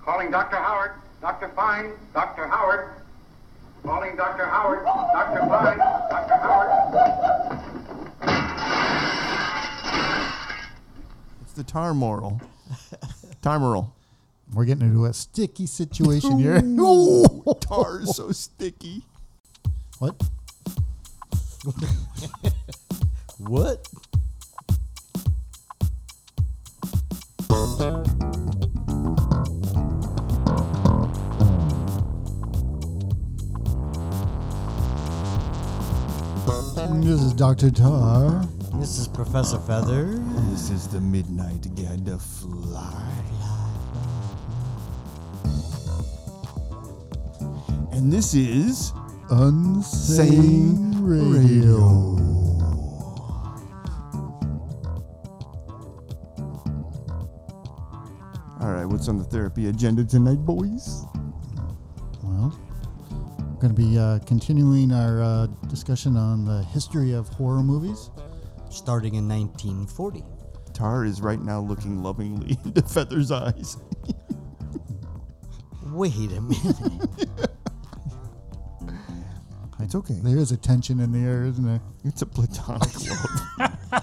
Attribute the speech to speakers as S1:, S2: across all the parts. S1: Calling Dr. Howard. Dr. Fine. Dr. Howard. Calling Dr. Howard. Dr. Fine. Dr. Howard.
S2: It's the Tarmoral. Tarmoral.
S3: We're getting into a sticky situation here.
S2: Oh, tar is so sticky.
S3: what?
S4: What?
S3: This is Dr. Tar.
S4: This is Professor Feather.
S2: This is the midnight gadfly. And this is
S3: Unsane Radio.
S2: All right, what's on the therapy agenda tonight, boys?
S3: Well, we're going to be uh, continuing our uh, discussion on the history of horror movies.
S4: Starting in 1940.
S2: Tar is right now looking lovingly into Feather's eyes.
S4: Wait a minute.
S2: It's okay.
S3: There is a tension in the air, isn't there?
S2: It's a platonic love.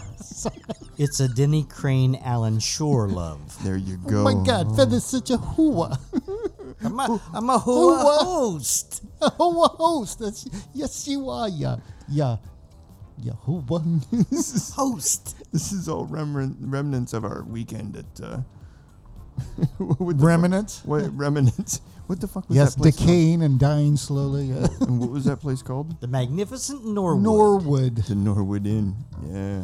S4: it's a Denny Crane Alan Shore love.
S2: There you go.
S3: Oh my God, Feather's such a hua,
S4: I'm a, I'm a hua
S2: uh,
S3: Hua.
S4: host.
S3: a hua host. That's, yes, you are, yeah, yeah, yeah, hua.
S2: This is
S4: Host.
S2: this is all remnant, remnants of our weekend at. Uh, what the
S3: Remnants.
S2: Fuck, what remnants? What the fuck was
S3: Yes,
S2: that place
S3: decaying and dying slowly. yeah.
S2: called? And what was that place called?
S4: The magnificent Norwood.
S3: Norwood.
S2: The Norwood Inn. Yeah.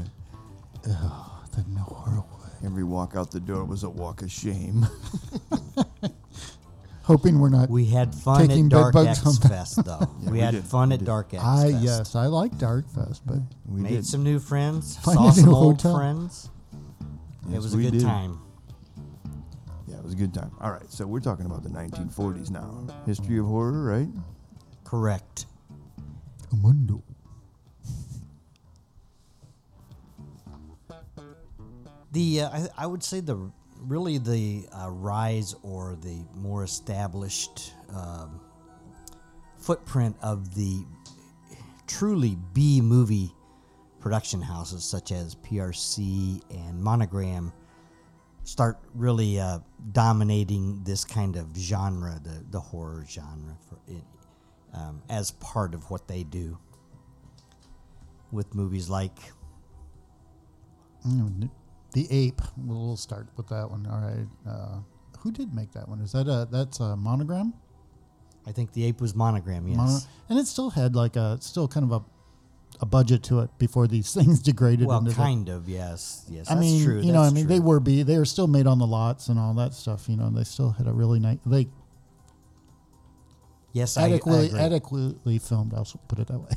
S3: The Norwood.
S2: Every walk out the door was a walk of shame.
S3: Hoping we're not.
S4: we had fun
S3: Taking
S4: at Dark
S3: bedbugs
S4: X
S3: home.
S4: Fest, though. we,
S2: we
S4: had
S2: did.
S4: fun
S2: We
S4: at
S2: did.
S4: Dark X
S3: I
S4: Fest.
S3: Ah, yes, I like Dark Fest, but
S2: We
S4: Made
S2: did.
S4: some new friends.
S3: Find
S4: saw
S3: a
S4: some
S3: new
S4: old
S3: hotel.
S4: friends.
S2: Yes,
S4: it was a
S2: we
S4: good
S2: did.
S4: time.
S2: Yeah, it was a good time. All right, so we're talking about the 1940s now. History of horror, right?
S4: Correct.
S3: Amundo.
S4: The uh, I, I would say the really the uh, rise or the more established um, footprint of the truly B movie production houses such as PRC and Monogram start really uh, dominating this kind of genre, the the horror genre, for it, um, as part of what they do with movies like
S3: Mm, The Ape. We'll we'll start with that one. All right. Uh, who did make that one? Is that a that's a monogram?
S4: I think the ape was monogram. Yes.
S3: Mono- and it still had like a still kind of a a budget to it before these things degraded
S4: well,
S3: into the-
S4: kind of. Yes. Yes.
S3: I
S4: that's
S3: mean,
S4: true.
S3: you know, I
S4: that's
S3: mean, they
S4: true.
S3: were be they were still made on the lots and all that stuff. You know, and they still had a really nice they
S4: Yes, I, I
S3: adequately
S4: agree.
S3: adequately filmed. I'll s- put it that way.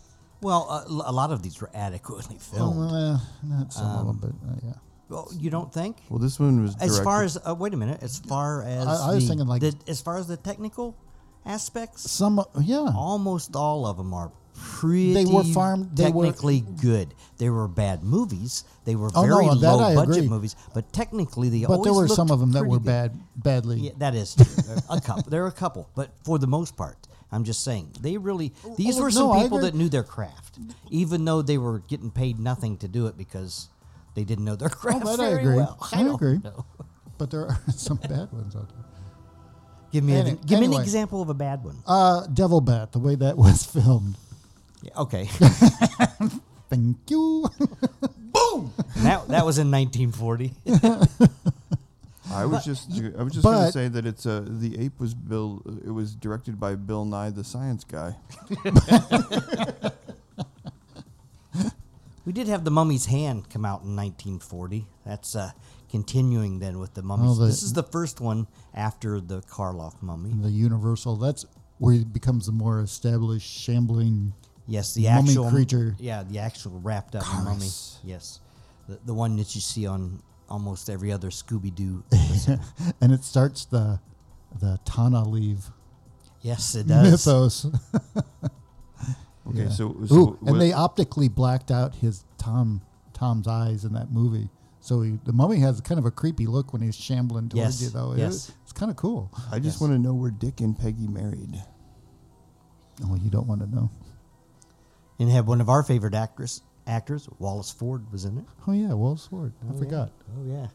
S4: well, a, l- a lot of these were adequately filmed.
S3: Oh, well, eh, not some
S4: Um,
S3: of them, but uh, yeah.
S4: well, you don't think?
S2: Well, this one was
S4: As far
S2: directed-
S4: as uh, wait a minute, as far as
S3: I- I was
S4: the-
S3: thinking, like-
S4: the- as far as the technical aspects,
S3: Some yeah.
S4: almost all of them are pretty.
S3: farmed- they were-
S4: technically good. They were bad movies. They were
S3: Oh, no,
S4: very
S3: that
S4: low
S3: I
S4: budget
S3: agree.
S4: movies, but technically they.
S3: but there
S4: always
S3: were some
S4: looked
S3: of them that
S4: pretty
S3: were
S4: good.
S3: bad badly.
S4: Yeah, that is true. There are a couple. There are a couple, but for the most part, I'm just saying they really. These
S3: oh,
S4: were some
S3: no, I
S4: people
S3: agree.
S4: that knew their craft, even though they were getting paid nothing to do it because they didn't know their craft
S3: that Oh, I
S4: very
S3: agree.
S4: well.
S3: I
S4: don't
S3: agree.
S4: know.
S3: But there are some bad ones out there.
S4: Give me
S3: Any-
S4: an, give me
S3: anyway.
S4: an example of a bad one.
S3: Uh, Devil Bat, the way that was filmed.
S4: Yeah, okay,
S3: Thank you.
S4: that that was in 1940.
S2: I was just I was just
S3: but-
S2: gonna say that it's uh, the ape was Bill. It was directed by Bill Nye the Science Guy.
S4: we did have the Mummy's Hand come out in 1940. That's uh, continuing then with the mummies.
S3: the-
S4: this is the first one after the Karloff mummy.
S3: the Universal. That's where it becomes a more established, shambling.
S4: Yes, the
S3: Mummy
S4: actual
S3: creature.
S4: Yeah, the actual wrapped up mummy. Yes, the, the one that you see on almost every other Scooby Doo.
S3: and it starts the the Tana leave
S4: yes, it does.
S3: mythos.
S2: Okay, so, so
S3: Ooh,
S2: what-
S3: and they optically blacked out his Tom Tom's eyes in that movie. So he, the mummy has kind of a creepy look when he's shambling towards
S4: Yes,
S3: you, though. It-
S4: yes.
S3: it's kind of cool.
S2: I just
S4: Yes.
S2: want to know where Dick and Peggy married.
S3: Oh, you don't want to know.
S4: and had one of our favorite actress actors, Wallace Ford, was in it.
S3: Oh yeah, Wall Sword. I forgot.
S4: Oh yeah,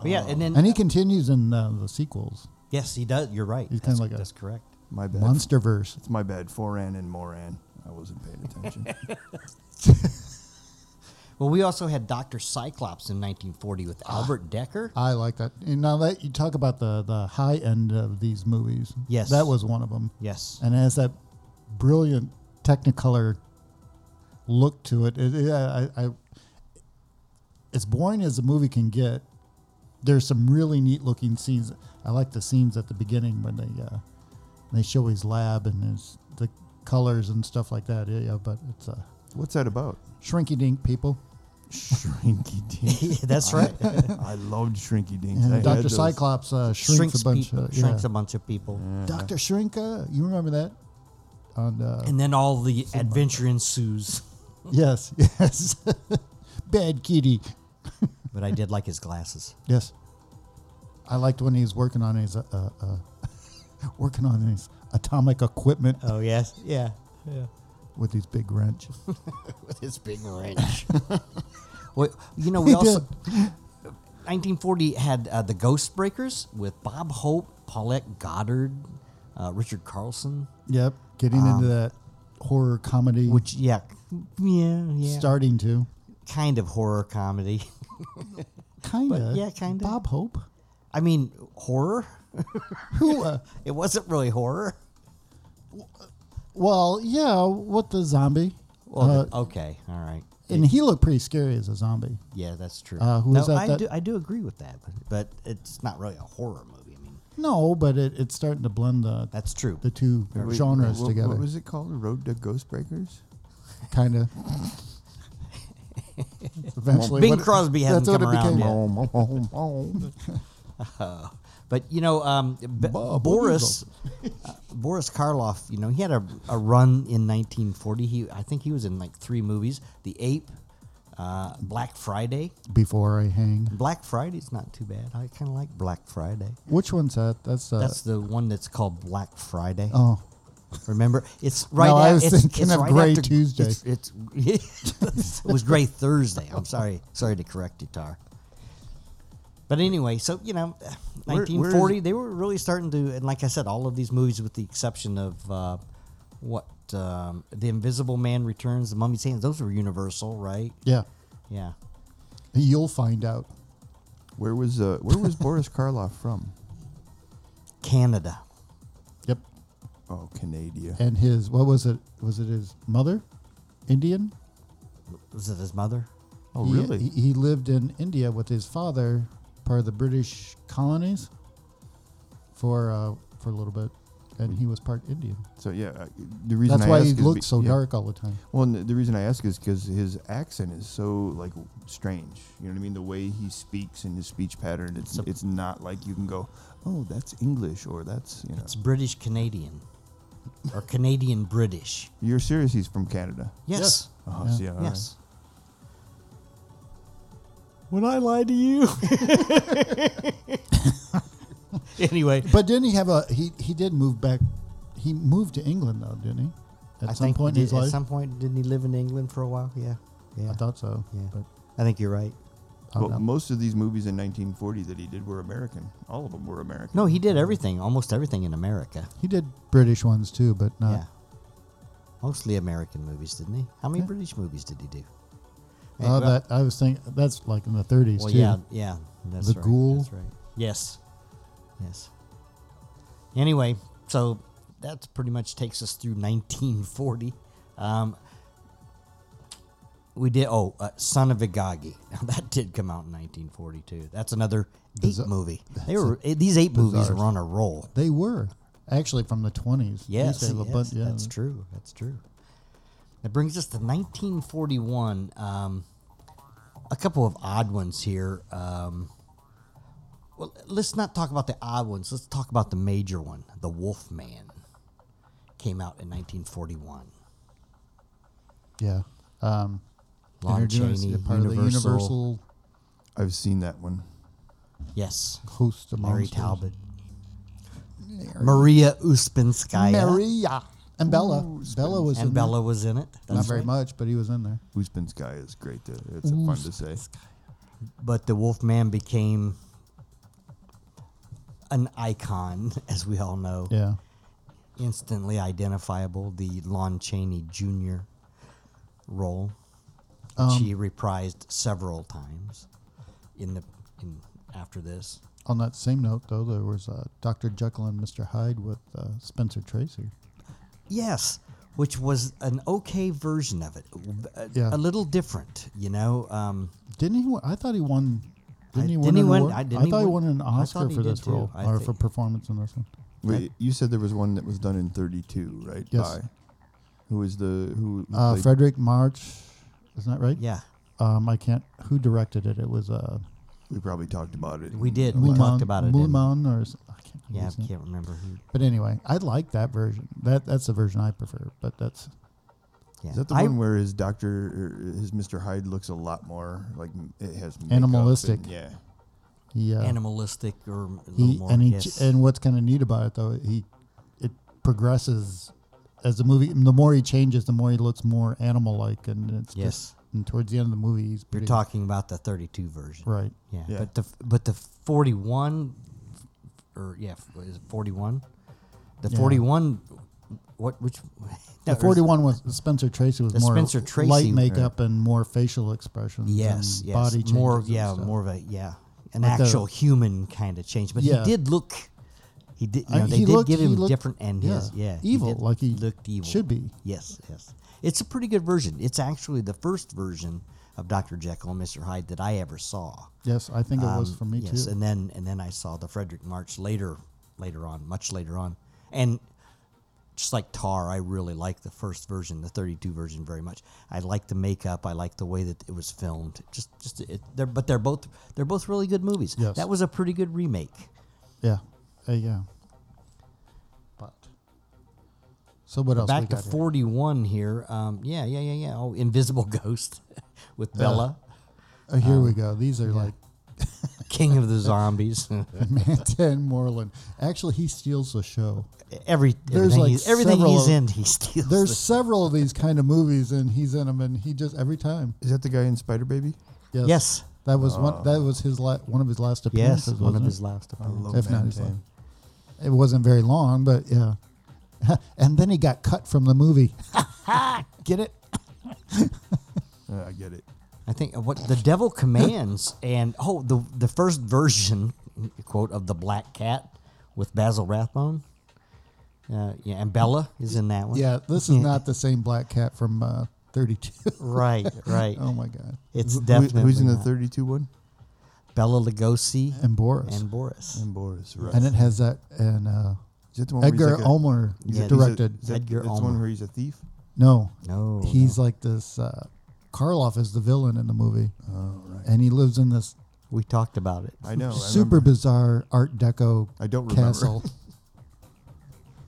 S4: but yeah, and then
S3: And he continues in uh, the sequels.
S4: yes, he does. You're right.
S3: He's
S4: That's-
S3: kinda like a-
S4: that's correct.
S2: My bad.
S3: Monsterverse.
S2: It's my bad. Foran and Moran. I wasn't paying attention.
S4: Well, we also had Doctor Cyclops in 1940 with
S3: Ah.
S4: Albert Decker.
S3: I like that. And now that you talk about the the high end of these movies,
S4: Yes.
S3: that was one of them.
S4: yes,
S3: and it has that brilliant Technicolor look to it. It- it- I- I- as boring as the movie can get, there's some really neat looking scenes. I like the scenes at the beginning when they uh, they show his lab and his the colors and stuff like that. Yeah, yeah, but it's a
S2: What's that about?
S3: shrinky dink people.
S2: Shrinky Dink.
S4: that's right.
S2: I loved Shrinky Dink.
S3: And Doctor Cyclops uh, shrinks, a bunch.
S4: people,
S3: of, yeah.
S4: shrinks a bunch of people,
S3: Doctor Shrinka, you remember that? On uh,
S4: Mm-hmm. and then all the adventure ensues.
S3: yes, yes, bad kitty.
S4: But I did like his glasses.
S3: Yes. I liked when he was working on his uh, uh, uh, working on his atomic equipment
S4: Oh yes, yeah, yeah.
S3: with his big wrench.
S4: With his big wrench. well, you know, we
S3: He
S4: also
S3: did.
S4: 1940 had uh, the Ghost Breakers with Bob Hope, Paulette Goddard, uh, Richard Carlson.
S3: Yep, getting into that horror comedy,
S4: Um, Which yeah, yeah, yeah.
S3: starting to
S4: kind of horror comedy.
S3: kind of
S4: yeah, kinda.
S3: Bob Hope,
S4: I mean, horror.
S3: who uh,
S4: It wasn't really horror.
S3: well yeah, what the zombie,
S4: Well,
S3: Uh,
S4: the- okay, all right.
S3: and he looked pretty scary as a zombie.
S4: yeah, that's true.
S3: uh, who
S4: no,
S3: was that-
S4: I
S3: that-
S4: do I do agree with that, but, but it's not really a horror movie. I mean,
S3: No, but it, it's starting to blend the
S4: that's true.
S3: the two genres
S2: what,
S3: together,
S2: What was it called? Road to Ghostbreakers?
S3: kind of. Eventually,
S4: Bing
S3: what-
S4: Crosby hasn't
S3: that's what
S4: come
S3: it
S4: around
S3: became.
S4: yet.
S2: Om, om, om.
S4: But you know, um, B-
S3: Bob,
S4: Boris uh, Boris Karloff. You know, he had a, a run in 1940. He I think he was in like three movies: The Ape, uh, Black Friday.
S3: Before I hang.
S4: Black Friday's not too bad. I kind of like Black Friday.
S3: Which one's that? That's uh,
S4: That's the one that's called Black Friday.
S3: oh,
S4: Remember, it's right.
S3: No,
S4: a-
S3: I was
S4: it's,
S3: thinking
S4: it's
S3: of
S4: right
S3: Grey
S4: after-
S3: Tuesday.
S4: It's, it's- it was Gray Thursday. I'm sorry, sorry to correct you, Tar. But anyway, so you know,
S2: Where- where is-
S4: 1940, they were really starting to, and like I said, all of these movies, with the exception of uh, what um, the Invisible Man returns, the Mummy's Hands, those were Universal, right?
S3: yeah.
S4: Yeah,
S3: You'll find out.
S2: Where was uh, Where was Boris Karloff from?
S4: Canada.
S3: Yep.
S2: Oh, Canada.
S3: And his what was it? Was it his mother, Indian?
S4: Was it his mother?
S2: Oh,
S3: He-
S2: really?
S3: He, he lived in India with his father, part of the British colonies, for uh, for a little bit, and he was part Indian.
S2: so yeah, I- the reason
S3: That's
S2: I
S3: why
S2: ask
S3: he
S2: is be-
S3: looked so
S2: yeah.
S3: dark all the time.
S2: Well, and the- the reason I ask is because his accent is so like strange. You know what I mean? The way he speaks and his speech pattern, it's
S4: So-
S2: it's not like you can go, oh, that's English or that's you know.
S4: It's British Canadian, or Canadian British.
S2: You're serious? He's from Canada.
S4: Yes.
S2: Oh,
S3: Yeah.
S2: see, all right.
S4: Yes. Would I lie to you? anyway,
S3: But didn't he have a? He he did move back. He moved to England though, didn't he? At
S4: I
S3: some
S4: think
S3: point in
S4: did-
S3: his
S4: at
S3: life,
S4: some point didn't he live in England for a while? Yeah, yeah,
S3: I thought so.
S4: yeah.
S3: But
S4: I think you're right.
S3: I don't
S2: Well,
S3: know.
S2: most of these movies in 1940 that he did were American. All of them were American.
S4: No, he did everything, almost everything in America.
S3: he did British ones too, but not.
S4: yeah, mostly American movies, didn't he? How many British movies did he do? Eh,
S3: Oh,
S4: well-
S3: that I was thinking that's like in the 30s
S4: Well,
S3: too.
S4: yeah, yeah, that's
S3: The
S4: right.
S3: Ghoul.
S4: That's right. Yes, yes. Anyway, so that pretty much takes us through 1940. Um, we did. Oh, uh, Son of Agagi. Now that did come out in 1942. That's another ape
S3: Bizar-
S4: movie. They were eh, these ape movies
S3: bizarre.
S4: were on a roll.
S3: They were actually from the 20s. They used
S4: Yes,
S3: to have a
S4: yes,
S3: bunch- yeah.
S4: that's true. That's true. That brings us to 1941. Um, a couple of odd ones here. Um, well, let's not talk about the odd ones. Let's talk about the major one. The Wolf Man came out in 1941.
S3: Yeah. Um,
S4: Lon
S3: introduced
S4: Chaney,
S3: it part of the
S4: Universal.
S3: Universal
S2: I've seen that one.
S4: Yes.
S3: Host of
S4: Mary
S3: monsters.
S4: Talbot. Maria Uspinskaya.
S3: Maria and Bella. Bella was in
S4: and
S3: there.
S4: Bella was in it.
S3: Not
S4: That's
S3: very
S4: right.
S3: much, but he was in there.
S2: Usbin's guy is great. Though. It's fun to say.
S4: But the Wolfman became an icon, as we all know.
S3: Yeah.
S4: Instantly identifiable, the Lon Chaney Jr. role, which
S3: Um,
S4: he reprised several times in the in, after this.
S3: On that same note, though, there was uh, Dr. Jekyll and Mr. Hyde with uh, Spencer Tracy.
S4: Yes, which was an okay version of it, a,
S3: Yeah.
S4: a little different, you know. Um,
S3: Didn't he? wa- I thought he won. Didn't he
S4: didn't
S3: win?
S4: he
S3: an
S4: win-
S3: award?
S4: I- didn't
S3: thought
S4: he
S3: he
S4: win-
S3: won an
S4: I
S3: Oscar
S4: thought he
S3: for this
S4: did too.
S3: role
S4: I
S3: or
S4: think-
S3: for performance in this one.
S2: Wait, you said there was one that was done in 32, right?
S3: Yes.
S2: who is the who? who
S3: Uh,
S2: played-
S3: Frederick March, isn't that right?
S4: yeah,
S3: Um, I can't. Who directed it? It was uh,
S2: We probably talked about it.
S3: Mm,
S4: we
S2: in
S4: did.
S2: the
S4: We
S2: last-
S4: talked about it. didn't we?
S3: Moulin or s- I can't. remember
S4: Yeah,
S3: his
S4: I
S3: name.
S4: can't remember who.
S3: But anyway, I like that version. That that's the version I prefer. But that's
S4: Yeah.
S2: Is that the
S4: I-
S2: one where his doctor, or his Mr. Hyde, looks a lot more like m- it has makeup
S3: Animalistic.
S2: and- yeah,
S3: he uh,
S4: animalistic or a little
S3: he
S4: more?
S3: and he ch-
S4: yes.
S3: and what's kind of neat about it though he it progresses as the movie. The more he changes, the more he looks more animal like, and it's
S4: Yes.
S3: just and towards the end of the movie he's
S4: You're
S3: pretty-
S4: talking about the 32 version,
S3: right.
S4: Yeah,
S2: Yeah.
S4: but the but the 41 or yeah, f- is it 41? The
S3: Yeah.
S4: 41 what which
S3: The forty-one was Spencer Tracy was
S4: The
S3: more
S4: Spencer
S3: light
S4: Tracy-
S3: makeup and more facial expressions.
S4: Yes,
S3: and
S4: yes.
S3: body changes
S4: more
S3: and
S4: yeah,
S3: stuff.
S4: more of a yeah, an
S3: But the-
S4: actual human kind of change, but
S3: Yeah.
S4: he did look he did you
S3: I-
S4: know, they
S3: he
S4: did
S3: looked-
S4: give
S3: he
S4: him
S3: looked-
S4: different and
S3: yeah,
S4: his yeah,
S3: evil,
S4: did-
S3: like he
S4: looked evil.
S3: should be.
S4: Yes, yes. It's a pretty good version. It's actually the first version of Dr. Jekyll and Mr. Hyde that I ever saw.
S3: Yes, I think it was
S4: Um,
S3: for me
S4: yes,
S3: too.
S4: and then and then I saw the Frederick March later, later on, much later on, and just like Tar, I really like the first version, the 32 version, very much. I like the makeup, I like the way that it was filmed. Just, just it, they're but they're both they're both really good movies.
S3: Yes.
S4: That was a pretty good remake.
S3: Yeah, Uh, yeah. But so what else? we
S4: Back to
S3: got here?
S4: 41 here. Um, yeah, yeah, yeah, yeah. Oh, Invisible Ghost with Bella,
S3: Oh, here
S4: um,
S3: we go. These are like
S4: King of the Zombies.
S3: Mantan Moreland. Actually, he steals the show.
S4: Every
S3: There's
S4: everything,
S3: like
S4: he's, everything
S3: several
S4: he's
S3: of-
S4: in, he steals.
S3: There's
S4: the-
S3: several of these kind of movies, and he's in them, and he just every time.
S2: is that the guy in Spider Baby?
S3: Yes,
S4: Yes.
S3: that was
S2: Oh.
S3: one. That was his la- one of his last appearances.
S4: yes, one of
S3: wasn't it?
S4: his last.
S2: I
S4: appearances.
S2: love
S3: If not,
S2: Man
S3: it's like-
S2: Tam.
S3: It wasn't very long, but yeah. and then he got cut from the movie. Get it?
S2: Uh, I get it.
S4: I think uh, what the devil commands, and oh, the the first version quote of the black cat with Basil Rathbone, uh, yeah, and Bella is in that one.
S3: Yeah, this is not the same black cat from uh, 32.
S4: right, right.
S3: oh my god.
S4: It's
S2: Um, Who-
S4: definitely
S2: who's in the
S4: not.
S2: 32 one?
S4: Bella Lugosi
S3: And Boris.
S4: and
S3: And,
S4: Boris.
S2: And Boris, right?
S3: it has that and uh,
S2: is that the one where he's
S3: Edgar
S2: like a-
S3: Ulmer
S2: is that-
S4: Yeah,
S2: is that-
S3: directed.
S2: is that-
S4: Edgar
S2: That's the one
S4: Ulmer.
S2: where he's a thief.
S3: No.
S4: No,
S3: He's like this uh, Karloff is the villain in the movie. Oh right. And he lives in this
S4: We talked about it.
S2: I know. I
S3: super
S2: remember.
S3: bizarre Art Deco
S2: I don't remember.
S3: castle.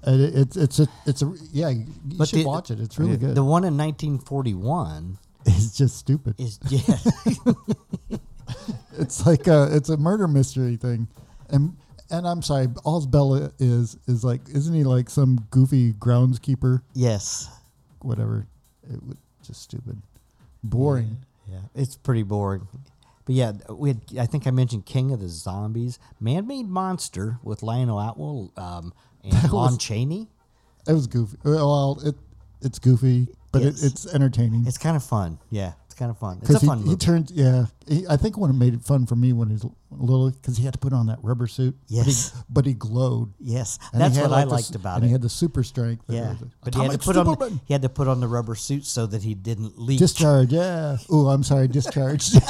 S3: And it, it's it's a it's a yeah. You
S4: But
S3: should
S4: the-
S3: watch it. It's really good.
S4: The one in 1941
S3: it's just stupid.
S4: is yeah,
S3: It's like a it's a murder mystery thing, and and I'm sorry, all's Bella is is like isn't he like some goofy groundskeeper,
S4: yes,
S3: whatever? It would just stupid, boring.
S4: Yeah, it's pretty boring. But yeah, we had, I think I mentioned King of the Zombies, Man Made Monster with Lionel Atwell um, and Lon
S3: was-
S4: Chaney.
S3: It was goofy. Well, it it's goofy, but
S4: Yes.
S3: it, it's entertaining.
S4: It's kind of fun. Yeah, it's kind of fun. It's a
S3: because he,
S4: fun
S3: he
S4: movie.
S3: turned yeah he, i think when it made it fun for me when he was l- little because he had to put on that rubber suit
S4: Yes.
S3: but he, but he glowed
S4: yes,
S3: And he
S4: that's
S3: had
S4: what
S3: like
S4: I
S3: the
S4: liked
S3: s-
S4: about
S3: and he
S4: it.
S3: had the super strength that
S4: Yeah,
S3: was a-
S4: but he had, to
S3: Atomic
S4: put on,
S3: Superman!
S4: the- he had to put on the rubber suit so that he didn't leak.
S3: discharge yeah oh i'm sorry discharged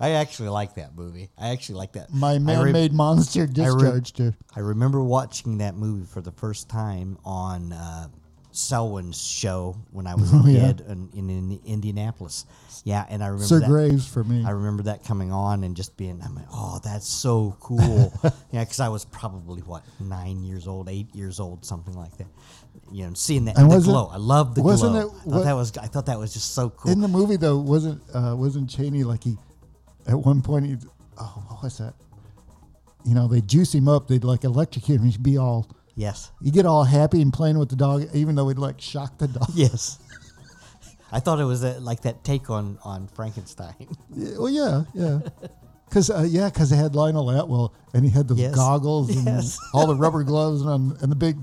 S4: I actually like that movie. I actually like that. I
S3: my
S4: re-
S3: man-made monster
S4: I re-
S3: discharged her
S4: I remember watching that movie for the first time on uh, Selwyn's show when I was a
S3: Oh, yeah.
S4: kid in, in, in Indianapolis. Yeah, and I remember
S3: Sir
S4: that.
S3: Graves for me.
S4: I remember that coming on and just being, I'm like, oh, that's so cool. yeah, because I was probably what nine years old, eight years old, something like that. You know, seeing that
S3: And
S4: the
S3: wasn't-
S4: glow. I love the
S3: wasn't
S4: glow.
S3: it-
S4: I
S3: wa-
S4: thought that was I thought that was just so cool.
S3: In the movie though, wasn't uh, wasn't Cheney like he at one point he oh what was that? You know, they juice him up, they'd like electrocute him, he'd be all
S4: yes,
S3: you get all happy and playing with the dog, even though he'd like shock the dog.
S4: yes. I thought it was that, like that take on on Frankenstein.
S3: Yeah, well, yeah, yeah. Cause uh, yeah, cause they had Lionel Atwell, and he had those
S4: Yes.
S3: goggles and
S4: Yes.
S3: all the rubber gloves and um, and the big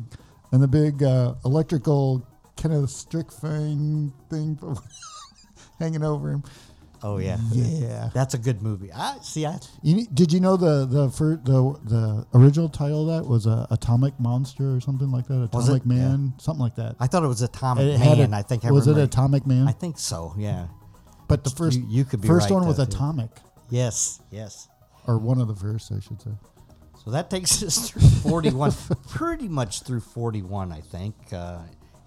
S3: and the big uh, electrical kind of strict thing thing hanging over him.
S4: Oh yeah,
S3: Yeah.
S4: That's a good movie. I see. I
S3: You, ne- did you know the the fir- the the original title of that was uh, Atomic Monster or something like that?
S4: Was it?
S3: Atomic Man, something like that.
S4: I thought it was Atomic
S3: It had
S4: Man.
S3: a-
S4: I think I
S3: was it
S4: remember.
S3: Atomic Man?
S4: I think so. Yeah.
S3: but the first
S4: you- you could be
S3: first
S4: right,
S3: one was
S4: though, too.
S3: Atomic,
S4: Yes. Yes.
S3: or one of the first, I should say. Oh,
S4: So that takes us through 41, pretty much through 41, I think. Uh,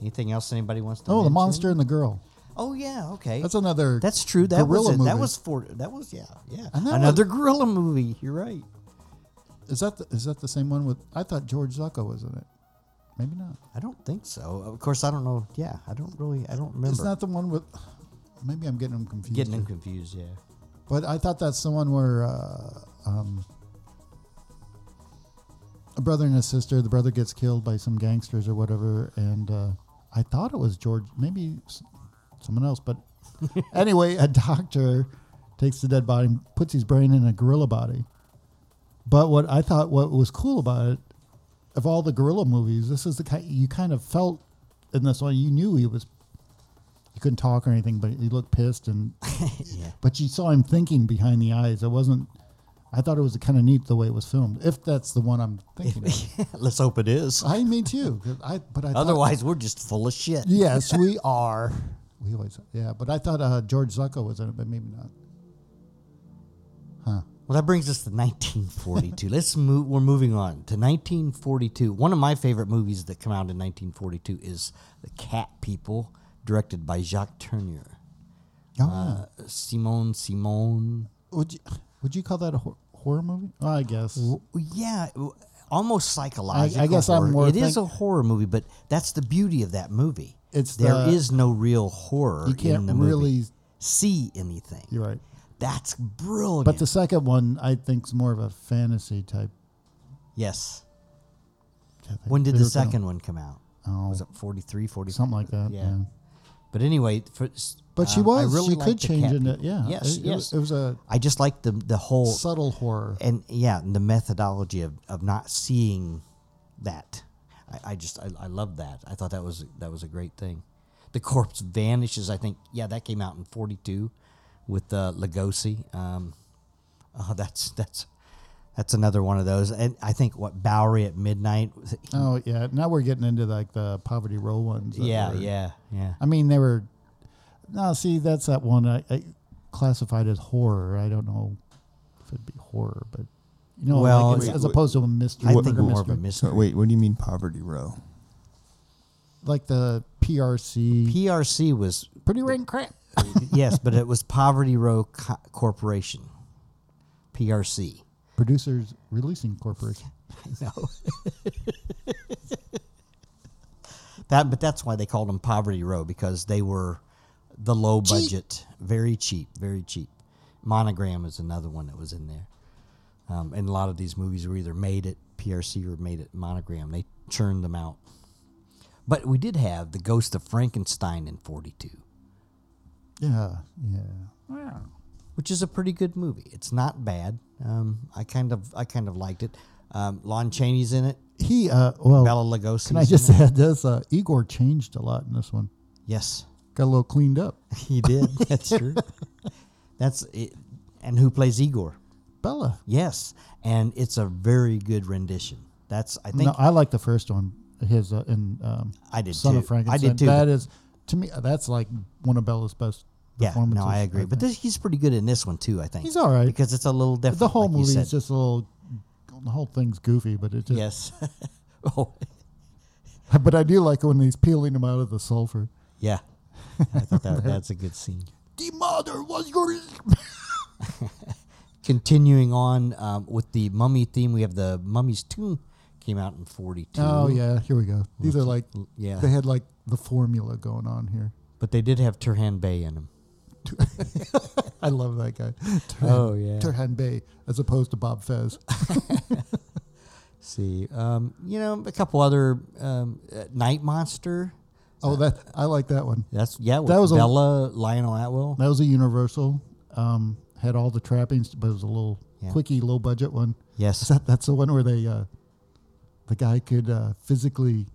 S4: anything else anybody wants to?
S3: Oh, the
S4: mention?
S3: monster and the girl.
S4: Oh yeah, okay.
S3: That's another.
S4: That's true. That was
S3: gorilla
S4: it. That
S3: movie.
S4: was for. That was yeah, yeah.
S3: And that
S4: Another gorilla movie. You're right.
S3: Is that the, is that the same one with? I thought George Zucko was in it. Maybe not.
S4: I don't think so. Of course, I don't know. Yeah, I don't really. I don't remember.
S3: It's not the one with. Maybe I'm getting them confused.
S4: getting them
S3: here.
S4: confused. Yeah.
S3: But I thought that's the one where uh, um, a brother and a sister, the brother gets killed by some gangsters or whatever, and uh, I thought it was George, maybe s- someone else, but anyway, a doctor takes the dead body and puts his brain in a gorilla body. But what I thought what was cool about it, of all the gorilla movies, this is the kind you kind of felt in this one. You knew he was, he couldn't talk or anything, but he looked pissed and
S4: Yeah.
S3: but you saw him thinking behind the eyes. It wasn't. I thought it was kind of neat the way it was filmed. If that's the one I'm thinking of,
S4: Let's hope it is.
S3: I me too. 'cause I but I thought-
S4: Otherwise, we're just full of shit.
S3: yes, we are. We always yeah. But I thought uh, George Zucko was in it, but maybe not.
S4: Well, that brings us to 1942. Let's move. We're moving on to 1942. One of my favorite movies that come out in 1942 is The Cat People, directed by Jacques Tourneur.
S3: Oh,
S4: Uh, Simone Simone.
S3: yeah. Would you would you call that a hor- horror movie? Oh, I guess.
S4: Well, Yeah, w- almost psychological.
S3: guess I'm
S4: horror.
S3: more
S4: It is
S3: think-
S4: a horror movie, but that's the beauty of that movie.
S3: It's
S4: there
S3: the-
S4: is no real horror.
S3: You can't
S4: in the movie.
S3: really-
S4: see anything.
S3: You're right.
S4: That's brilliant.
S3: But the second one I think's more of a fantasy type.
S4: yes.
S3: I think.
S4: When did
S3: They
S4: the
S3: were kinda-
S4: second one come out?
S3: Oh.
S4: Was it 43, 44?
S3: Something like that, yeah.
S4: But anyway, for, s-
S3: But she
S4: um, I
S3: was.
S4: really
S3: she
S4: liked
S3: could
S4: the
S3: change
S4: cat
S3: in it.
S4: people.
S3: Yeah.
S4: Yes.
S3: It- it
S4: yes.
S3: was- It was a
S4: I just like the the whole
S3: subtle horror.
S4: and yeah, and the methodology of, of not seeing that. I, I just I, I love that. I thought that was that was a great thing. The corpse vanishes. I think yeah, that came out in '42 with uh, Lugosi. Um, oh, that's that's that's another one of those. And I think what Bowery at Midnight.
S3: Oh yeah, now we're getting into like the poverty row ones. that
S4: yeah,
S3: were-
S4: yeah, yeah.
S3: I mean, they were. No, see, that's that one I, I classified as horror. I don't know if it'd be horror, but you know,
S4: Well,
S3: like, as-
S4: it's-
S3: as opposed to a mystery,
S4: I
S3: murder
S4: think more of
S3: mystery.
S4: a mystery.
S2: So wait, what do you mean poverty row?
S3: like the PRC,
S4: PRC was
S3: pretty rank crap.
S4: yes, but it was Poverty Row Co- Corporation, PRC.
S3: Producers Releasing Corporation.
S4: No. that, but that's why they called them Poverty Row because they were the low budget, very cheap, very cheap. Monogram is another one that was in there, um, and a lot of these movies were either made at PRC or made at Monogram. They churned them out. But we did have the Ghost of Frankenstein in '42,
S3: Yeah, yeah.
S4: which is a pretty good movie. It's not bad. Um, I kind of, I kind of liked it. Um, Lon Chaney's in it.
S3: He uh, well,
S4: Bella Lugosi.
S3: can I just add this? Uh, Igor changed a lot in this one.
S4: Yes,
S3: Got a little cleaned up.
S4: he did. That's true. That's it. and who plays Igor?
S3: Bella.
S4: Yes, and it's a very good rendition. That's I think
S3: No, I like the first one. His uh, in um,
S4: I did
S3: Son
S4: too.
S3: of Frankenstein.
S4: I did too.
S3: That is to me. That's like one of Bella's best.
S4: yeah. No,
S3: performances,
S4: I agree. But
S3: think.
S4: this, he's pretty good in this one too. I think
S3: He's all right.
S4: because it's a little different.
S3: the whole
S4: like you
S3: movie
S4: said.
S3: is just a little. The whole thing's goofy, but it just
S4: yes. oh,
S3: but I do like when he's peeling him out of the sulfur.
S4: Yeah, I thought that, that's a good scene.
S3: The mother was your.
S4: Continuing on um, with the mummy theme, we have the Mummy's Tomb came out in '42.
S3: oh yeah, here we go. These are like
S4: yeah.
S3: they had like the formula going on here.
S4: but they did have Turhan Bey in them.
S3: I love that guy. Turhan,
S4: Oh, yeah.
S3: Turhan Bey as opposed to Bob Fez.
S4: See, um, you know, a couple other um, uh, Night Monster.
S3: Oh, that I like that one.
S4: That's yeah. With
S3: That was a-
S4: Bella Lionel Atwell.
S3: That was a Universal. Um, had all the trappings, but it was a little
S4: Yeah.
S3: quickie, low budget one. Is
S4: Yes,
S3: that that's the one where they uh, the guy could uh, physically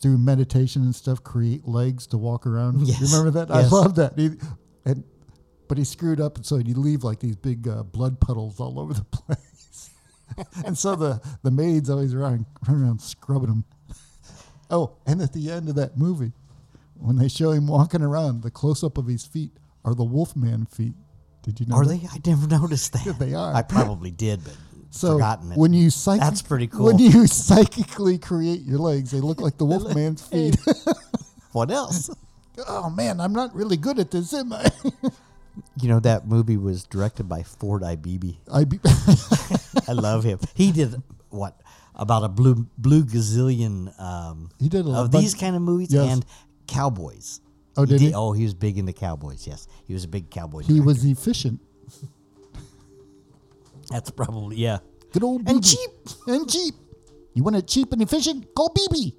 S3: through meditation and stuff create legs to walk around. You
S4: Yes.
S3: remember that?
S4: Yes.
S3: I love that. He, and but he screwed up, and so he'd leave like these big uh, blood puddles all over the place. and so the the maids always around run around scrubbing him. Oh, and at the end of that movie, when they show him walking around, the close up of his feet are the Wolfman feet. Did you know?
S4: are
S3: that?
S4: they? I never noticed that.
S3: They are.
S4: I probably did, but
S3: So
S4: forgotten it.
S3: when you psychic-
S4: That's pretty cool.
S3: When you psychically create your legs, they look like the Wolfman's feet.
S4: what else?
S3: oh man, I'm not really good at this, am I?
S4: You know that movie was directed by Ford Ibibi.
S3: I be-
S4: I love him. He did what about a blue blue gazillion um,
S3: He did a
S4: of
S3: bunch-
S4: these kind of movies
S3: Yes.
S4: and cowboys.
S3: Oh, did he?
S4: Oh, he was big into cowboys. Yes, he was a big cowboy.
S3: he
S4: director.
S3: was efficient.
S4: That's probably yeah.
S3: Good old
S4: And
S3: BB.
S4: cheap.
S3: and cheap. You want it cheap and efficient? Go BB.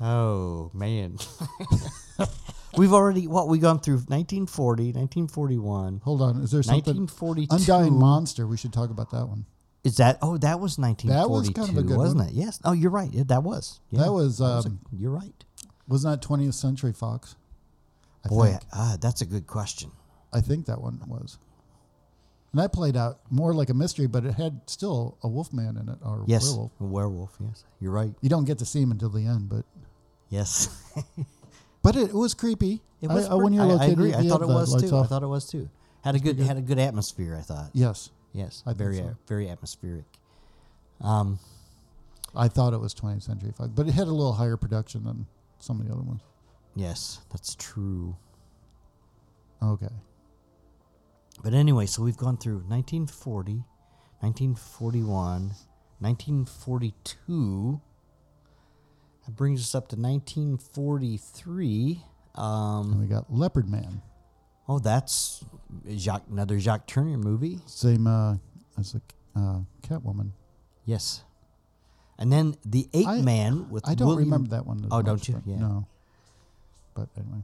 S4: Oh man. We've already what we gone through 1940, 1941.
S3: Hold on, is there something?
S4: 1942.
S3: Undying Monster. We should talk about that one.
S4: Is that oh that was 1942,
S3: was kind of a good
S4: wasn't
S3: one.
S4: it? Yes. Oh, you're right. Yeah, that was. Yeah,
S3: That was,
S4: a-
S3: um,
S4: you're right.
S3: Wasn't that 20th Century Fox? I
S4: Boy,
S3: think,
S4: ah, that's a good question.
S3: I think that one was. And that played out more like a mystery, but it had still a Wolfman in it or a
S4: Yes,
S3: werewolf.
S4: a werewolf. Yes, you're right.
S3: You don't get to see him until the end, but
S4: Yes,
S3: but it, it was creepy.
S4: it was.
S3: I, I, when
S4: pretty-
S3: you're
S4: I, I
S3: located,
S4: agree. I
S3: you
S4: thought
S3: have
S4: it
S3: the
S4: was
S3: lights
S4: too. I
S3: off.
S4: thought it was too. Had a good had a good atmosphere. I thought.
S3: yes,
S4: Yes,
S3: I think
S4: very
S3: so.
S4: uh, very atmospheric.
S3: I thought it was 20th Century Fox, but it had a little higher production than some of the other ones.
S4: Yes, that's true.
S3: Okay,
S4: But anyway, so we've gone through 1940, 1941, 1942. That brings us up to 1943. Um,
S3: and we got Leopard Man,
S4: oh, that's Jacques, another Jacques Turner movie.
S3: same uh, as the uh, Catwoman.
S4: Yes. And then The Ape
S3: I-
S4: Man with
S3: I don't
S4: William-
S3: remember that one. as
S4: Oh,
S3: much,
S4: don't you?
S3: but
S4: Yeah.
S3: No. But anyway,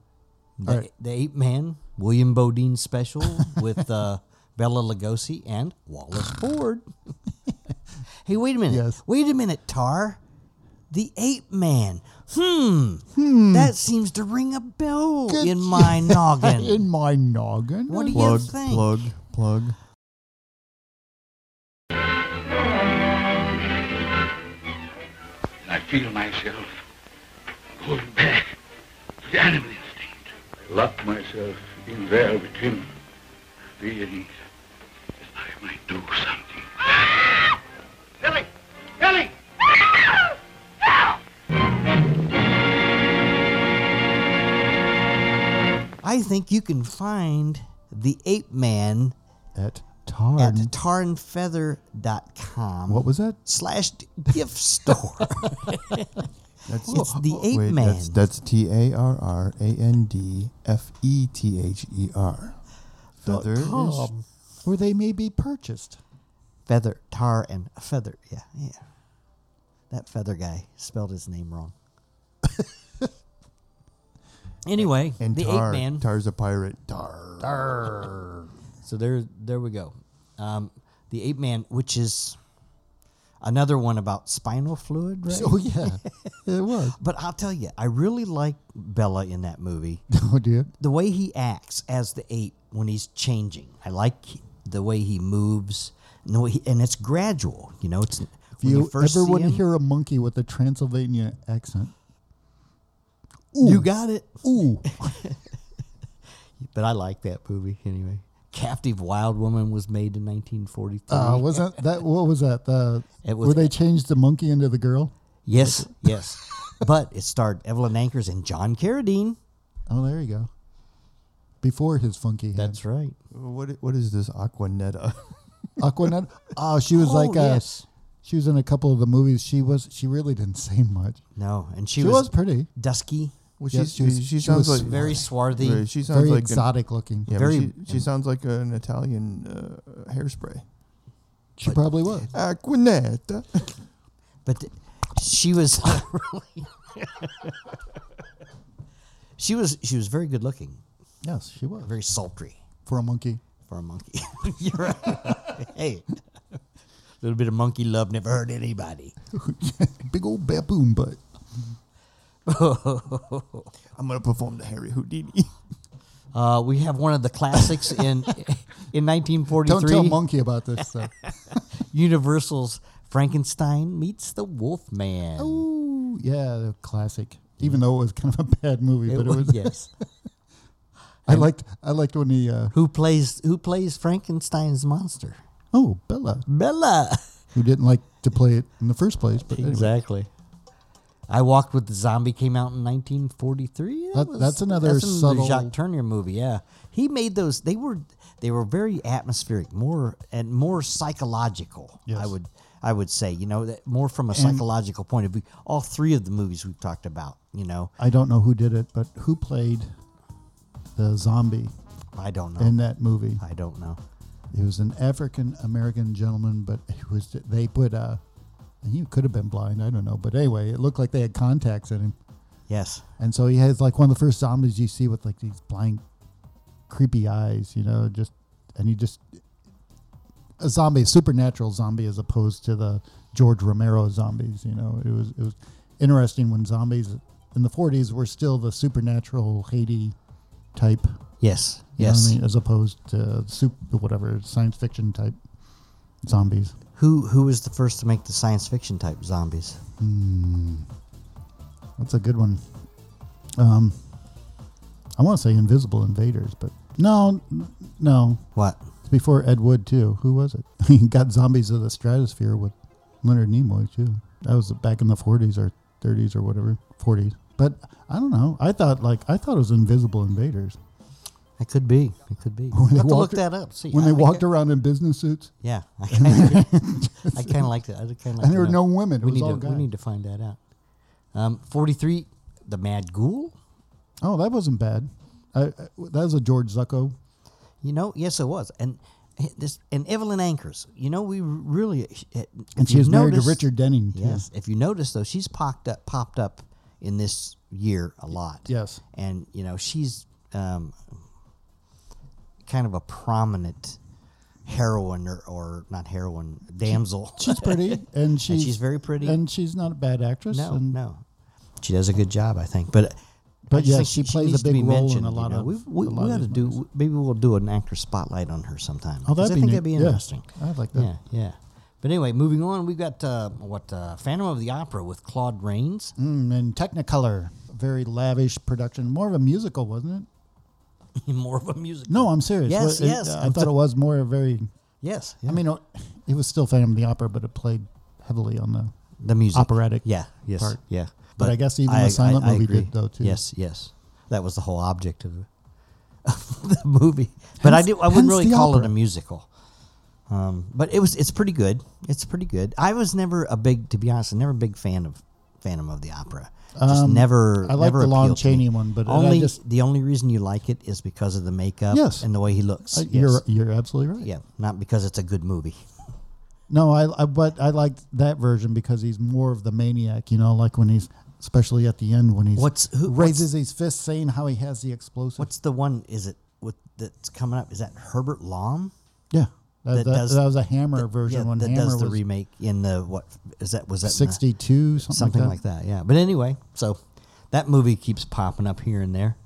S4: The,
S3: All right.
S4: the Ape Man, William Bodine special with uh, Bella Lugosi and Wallace Ford. hey, wait a minute.
S3: Yes.
S4: Wait a minute, Tar. The Ape Man. Hmm. That seems to ring a bell
S3: Good
S4: in my noggin.
S3: in my noggin.
S4: What do you
S2: Plug,
S4: think?
S2: plug, plug.
S5: I feel myself going back to the animal instinct. I lock myself in there with him, beings that I might do something. Billy! Billy!
S4: I think you can find The Ape Man
S3: At Tarn.
S4: at tarandfeather.com.
S3: what was that?
S4: Slash gift store.
S2: That's
S4: It's
S3: Oh,
S4: the ape
S2: wait,
S4: man.
S2: That's, that's T A R R A N D F E T H E R. Feather is
S3: Um, where they may be purchased.
S4: feather, tar, and feather. Yeah, yeah. That feather guy spelled his name wrong. anyway,
S2: and
S4: the
S2: tar.
S4: ape man.
S2: Tar's a pirate. Tar.
S4: So there, there we go. Um, the ape man, which is another one about spinal fluid, right?
S3: Oh yeah, it was.
S4: but I'll tell you, I really like Bella in that movie.
S3: Oh dear.
S4: the way he acts as the ape when he's changing. I like the way he moves. And, the way he, and it's gradual. You know, it's
S3: If you, ever
S4: see
S3: want to
S4: him,
S3: hear a monkey with a Transylvania accent,
S4: you got it.
S3: ooh,
S4: But I like that movie anyway. Captive Wild Woman was made in 1943.
S3: Uh, wasn't that what was that? The
S4: It was-
S3: where they changed the monkey into the girl.
S4: yes, yes. But it starred Evelyn Anchors and John Carradine.
S3: Oh, there you go. Before his funky head.
S4: That's right.
S2: What what is this Aquanetta?
S3: Aquanet. Oh, she was
S4: Oh,
S3: like uh,
S4: yes.
S3: she was in a couple of the movies. She was she really didn't say much.
S4: No, and she,
S3: She
S4: was,
S3: was pretty,
S4: dusky,
S2: Well,
S3: Yes,
S2: she,
S3: she was-
S2: she,
S3: she
S2: sounds
S3: was
S2: like
S4: very swarthy.
S2: Right, She sounds
S3: very
S2: like an-
S3: exotic looking.
S2: yeah, but
S4: very-
S2: she, she sounds like an Italian uh, hairspray.
S3: She probably was.
S2: Aquanetta.
S4: but th- she was really she was she was very good looking
S3: Yes, she was
S4: very sultry
S3: for a monkey.
S4: for a monkey You're right. hey a little bit of monkey love never hurt anybody
S3: Big old baboon butt.
S2: I'm gonna perform the Harry Houdini.
S4: uh, we have one of the classics in in 1943
S3: Don't tell monkey about this stuff.
S4: universal's frankenstein meets the wolfman
S3: Oh, Ooh, yeah, the classic. Even though it was kind of a bad movie,
S4: It
S3: but it
S4: was-
S3: was.
S4: yes
S3: I liked. I liked when he. Uh,
S4: who plays who plays frankenstein's monster
S3: oh, Bella,
S4: bella
S3: who didn't like to play it in the first place, but anyway.
S4: Exactly. I Walked with the Zombie came out in 1943.
S3: That- that's another subtle-
S4: Jacques Turner movie. Yeah, he made those. They were they were very atmospheric, more and more psychological. I
S3: Yes.
S4: would I would say you know that more from a
S3: And-
S4: psychological point of view. All three of the movies we've talked about. You know,
S3: I don't know who did it, but who played the zombie
S4: I don't know.
S3: in that movie?
S4: I don't know.
S3: He was an African American gentleman, but he was they put uh he could have been blind, I don't know, but anyway, it looked like they had contacts in him,
S4: Yes.
S3: and so he has like one of the first zombies you see with like these blank, creepy eyes, you know, just and he just a zombie, supernatural zombie, as opposed to the George Romero zombies, you know. It was it was interesting when zombies in the '40s were still the supernatural Haiti type
S4: Yes.
S3: you know what
S4: Yes.
S3: I mean? As opposed to soup, whatever science fiction type zombies.
S4: Who who was the first to make the science fiction type zombies?
S3: That's a good one. Um, I want to say Invisible Invaders, but no, n- no.
S4: What?
S3: It's before Ed Wood too. Who was it? he got Zombies of the Stratosphere with Leonard Nimoy too. That was back in the '40s or '30s or whatever '40s. But I don't know. I thought like I thought it was Invisible Invaders
S4: It could be. It could be.
S3: they
S4: I have to look
S3: walked-
S4: that up. See
S3: when
S4: I-
S3: they
S4: I can't-
S3: walked around in business suits
S4: Yeah, I kind of, I kind of like that. I kind of like.
S3: and there
S4: to
S3: were
S4: know.
S3: no women. It
S4: We
S3: was
S4: need
S3: all
S4: to we
S3: guys.
S4: need to find that out. Um, Forty three, the Mad Ghoul.
S3: Oh, that wasn't bad. I, I, that was a George Zucko.
S4: You know, yes, it was, and eh, this and Evelyn Anchors. You know, we really eh, if
S3: And she
S4: you
S3: was married to
S4: notice-
S3: Richard Denning. too.
S4: Yes, if you notice though, she's popped up popped up in this year a lot.
S3: Yes.
S4: and you know she's um, kind of a prominent heroine or, or not heroine damsel.
S3: She's pretty. And she's,
S4: she's very pretty.
S3: And she's not a bad actress.
S4: No,
S3: and
S4: no. She does a good job, I think. But
S3: But
S4: I just
S3: yes,
S4: think
S3: she plays a
S4: needs to
S3: big
S4: be
S3: role in
S4: mentioned,
S3: a
S4: you
S3: lot
S4: know.
S3: of-
S4: We've- We,
S3: a
S4: we,
S3: lot of
S4: ought to
S3: these
S4: do. Maybe we'll do an actor spotlight on her sometime.
S3: Oh,
S4: 'cause
S3: that'd
S4: I
S3: be
S4: think
S3: neat.
S4: that'd be
S3: Yeah.
S4: interesting.
S3: I'd like that.
S4: Yeah, yeah. But anyway, moving on, we've got uh, what uh, Phantom of the Opera with Claude Rains.
S3: Mm, and Technicolor. Very lavish production. More of a musical, wasn't it?
S4: More of a musical.
S3: Mm. No, I'm serious.
S4: Yes,
S3: What- it- uh,
S4: yes.
S3: I
S4: I'm
S3: thought
S4: t-
S3: it was more a very.
S4: Yes,
S3: I mean, it it was still Phantom of the Opera, but it played heavily on the.
S4: the music
S3: operatic
S4: Yeah, yes,
S3: part.
S4: yeah.
S3: But I guess even the silent movie did, though, too.
S4: Yes, yes. That was the whole object of, of the movie. But I
S3: Hence-
S4: do. I wouldn't
S3: hence
S4: really
S3: the
S4: call it
S3: opera.
S4: a musical. Um, but it was. It's pretty good. It's pretty good. I was never a big, to be honest, never a big fan of Phantom of the Opera. Just
S3: Um,
S4: never.
S3: I like
S4: never
S3: the Lon
S4: appealed to me.
S3: Chaney one, but I
S4: only
S3: just-
S4: the only reason you like it is because of the makeup
S3: Yes.
S4: and the way he looks.
S3: Uh,
S4: Yes.
S3: You're you're absolutely right.
S4: yeah, not because it's a good movie.
S3: No, I, I but I liked that version because he's more of the maniac, you know, like when he's especially at the end when he's
S4: What's- who-
S3: raises his fist saying how he has the explosive.
S4: What's the one? Is it with that's coming up? Is that Herbert Lom?
S3: yeah, that,
S4: that
S3: Uh, that-
S4: does-
S3: that was a Hammer
S4: that-
S3: version
S4: yeah,
S3: when
S4: that
S3: Hammer
S4: does the
S3: was
S4: remake in the what is that was that in the-
S3: sixty two something,
S4: something
S3: like
S4: like
S3: that.
S4: that. yeah but anyway so that movie keeps popping up here and there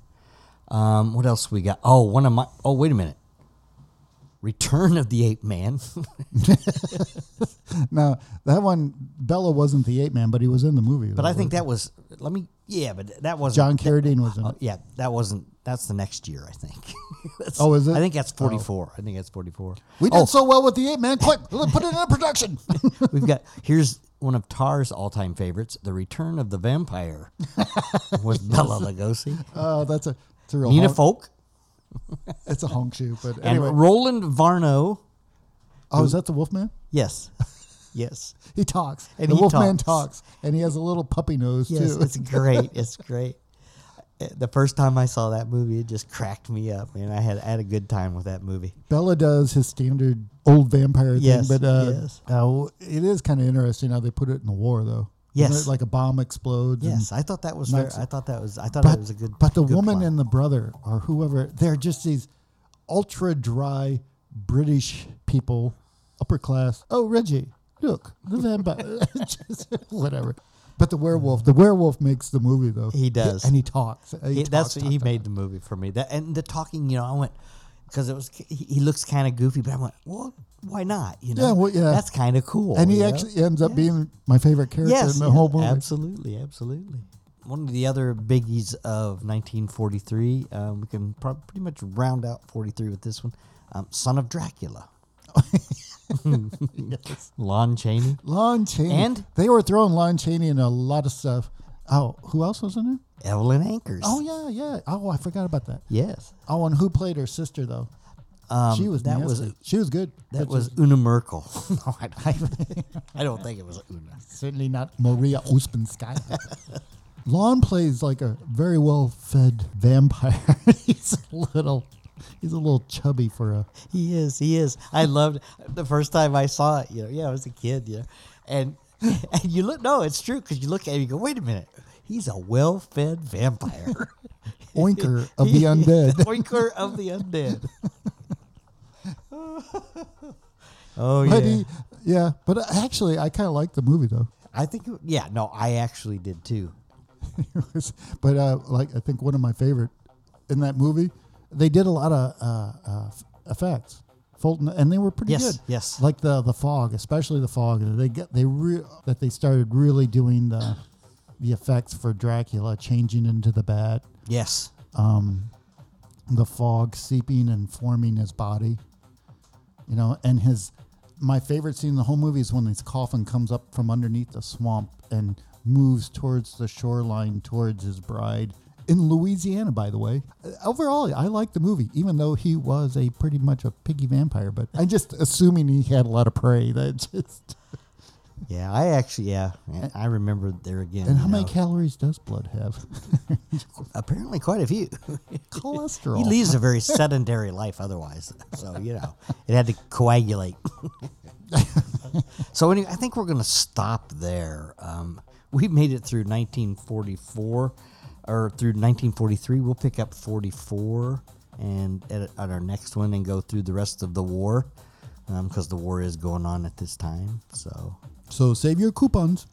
S4: um, what else we got oh one of my oh wait a minute return of the ape man
S3: No, that one Bella wasn't the ape man, but he was in the movie.
S4: but I think that was let me Yeah, but that wasn't
S3: John Carradine was in
S4: Uh,
S3: it.
S4: yeah, that wasn't. That's the next year, I think. That's-
S3: Oh, is it?
S4: I think that's forty four. I think that's forty four.
S3: We did so well with the eight man. Quick, let's put it in a production.
S4: We've got here's one of Tar's all time favorites: "The Return of the Vampire" with Bella Lugosi,
S3: Oh, that's a it's a real
S4: Nina
S3: honk-
S4: Folk,
S3: It's a honk shoe, but
S4: and
S3: anyway.
S4: Roland Varno.
S3: oh, is that the Wolfman?
S4: Yes, yes,
S3: He talks.
S4: And
S3: the
S4: he
S3: Wolfman
S4: talks.
S3: talks. and he has a little puppy nose
S4: yes.
S3: too.
S4: It's great. It's great. Uh, The first time I saw that movie, it just cracked me up, and I had I had a good time with that movie.
S3: Bella does his standard old vampire
S4: Yes,
S3: thing, but uh,
S4: yes.
S3: uh, it is kind of interesting how they put it in the war, though.
S4: Yes.
S3: Isn't it like a bomb explodes. and-
S4: Yes, I thought that was. Very,
S3: Nice.
S4: I thought that was. I thought
S3: Hmm. but
S4: it was a good.
S3: but the
S4: good
S3: woman
S4: plot.
S3: and the brother or whoever, they're just these ultra dry British people, upper class. Oh, Reggie, look the vampire, just, whatever. But the werewolf, the werewolf makes the movie though.
S4: He does.
S3: and he talks. He
S4: Yeah, that's
S3: talks,
S4: he
S3: talks,
S4: made the movie for me. That and the talking, you know, I went because it was he, he looks kind of goofy, but I went, well, why not? You know,
S3: Yeah, well, yeah.
S4: that's kind of cool.
S3: and he
S4: you know?
S3: actually ends up being my favorite character
S4: yes,
S3: in the
S4: yeah,
S3: whole movie.
S4: absolutely, absolutely. One of the other biggies of 1943, um, we can prob- pretty much round out 43 with this one, um, Son of Dracula. Lon Chaney,
S3: Lon Chaney.
S4: And-
S3: they were throwing Lon Chaney in a lot of stuff. Oh, who else was in there?
S4: Evelyn Anchors.
S3: Oh yeah, yeah. Oh, I forgot about that.
S4: yes.
S3: Oh, and who played her sister though?
S4: Um,
S3: she was
S4: that
S3: nasty.
S4: was
S3: she was good.
S4: that
S3: But
S4: was Una Merkel. no, I don't, I don't think it was Una.
S3: she's certainly not Maria Uspenskaya. Lon plays like a very well-fed vampire. he's a little, he's a little chubby for a.
S4: He is. He is. I loved the first time I saw it. You know, yeah, I was a kid. You know, and and you look. No, it's true because you look at him. You go, wait a minute. He's a well-fed vampire.
S3: Oinker of the undead.
S4: Oinker of the undead. oh yeah.
S3: But he, yeah, but actually, I kind of like the movie though.
S4: I think. It, yeah. No, I actually did too.
S3: but uh, like I think one of my favorite in that movie, they did a lot of uh, uh, f- effects, Fulton, and they were pretty
S4: Yes,
S3: good.
S4: yes.
S3: like the the fog, especially the fog. They get they re- that they started really doing the the effects for Dracula changing into the bat,
S4: Yes.
S3: the fog seeping and forming his body, you know, and his. My favorite scene in the whole movie is when his coffin comes up from underneath the swamp and moves towards the shoreline towards his bride in Louisiana. By the way, Uh, overall, I like the movie, even though he was a pretty much a piggy vampire. But I'm just assuming he had a lot of prey. That just
S4: Yeah. I actually. Yeah. yeah, I remember there again.
S3: and
S4: you
S3: how many
S4: know.
S3: calories does blood have?
S4: apparently quite a few.
S3: Cholesterol.
S4: He leads a very sedentary life otherwise. So, you know, it had to coagulate. so, anyway, I think we're going to stop there. Um, we made it through 1944 or through 1943. We'll pick up 44 and at, at our next one and go through the rest of the war because the war is going on at this time. So,
S3: so save your coupons.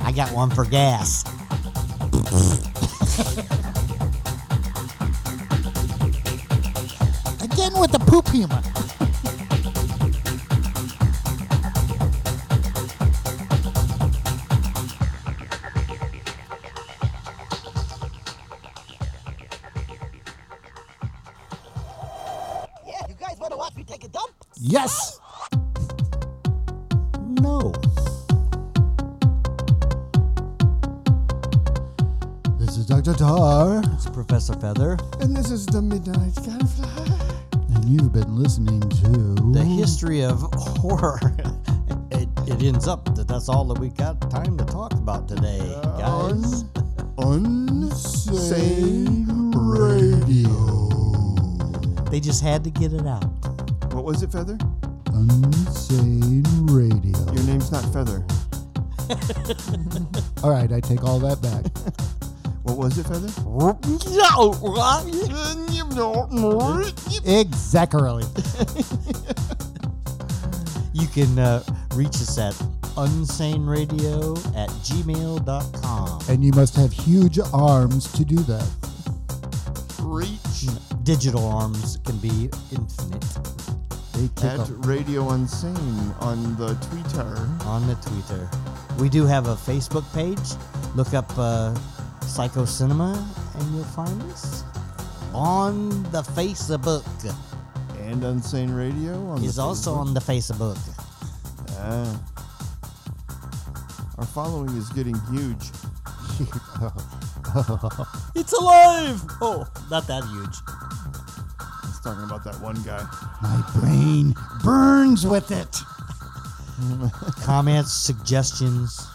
S4: I got one for gas.
S3: Again with the poop humor.
S6: Yeah, you guys want to watch me take a dump?
S3: Yes.
S4: No.
S3: This is Dr. Tar.
S4: It's Professor Feather.
S2: And this is the Midnight Firefly.
S3: And you've been listening to
S4: the history of horror. it, it ends up that that's all that we got time to talk about today, guys.
S2: Unsane Radio.
S4: They just had to get it out.
S2: What was it, Feather?
S3: Insane Radio.
S2: Your name's not Feather.
S3: All right, I take all that back.
S2: What was it, Feather?
S3: exactly.
S4: You can uh, reach us at unsaneradio at gmail.com.
S3: And you must have huge arms to do that.
S2: Reach
S4: Digital arms can be infinite
S3: They
S2: at
S3: tickle.
S2: Radio Unsane on the Twitter.
S4: on the Twitter. We do have a Facebook page. Look up uh, Psycho Cinema and you'll find us on the Facebook.
S2: And Unsane Radio on
S4: Is
S2: the
S4: also
S2: Facebook.
S4: on the Facebook.
S2: Ah. our following is getting huge.
S4: It's alive! Oh, not that huge.
S2: I was talking about that one guy.
S3: My brain burns with it.
S4: Comments, suggestions,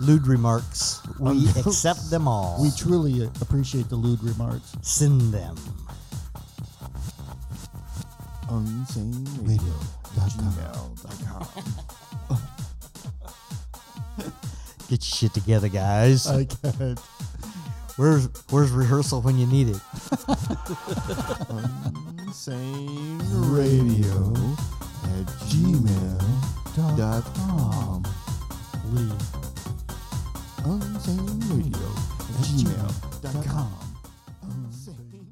S4: lewd remarks. We
S3: Um,
S4: accept them all.
S3: We truly appreciate the lewd remarks.
S4: send them.
S2: Unsane Radio. gmail.com.
S4: Get your shit together, guys.
S3: I get it.
S4: where's where's rehearsal when you need it?
S2: Unsane Radio at gmail.com.
S3: Lee.
S2: Unsane Radio at gmail.com. Unsane.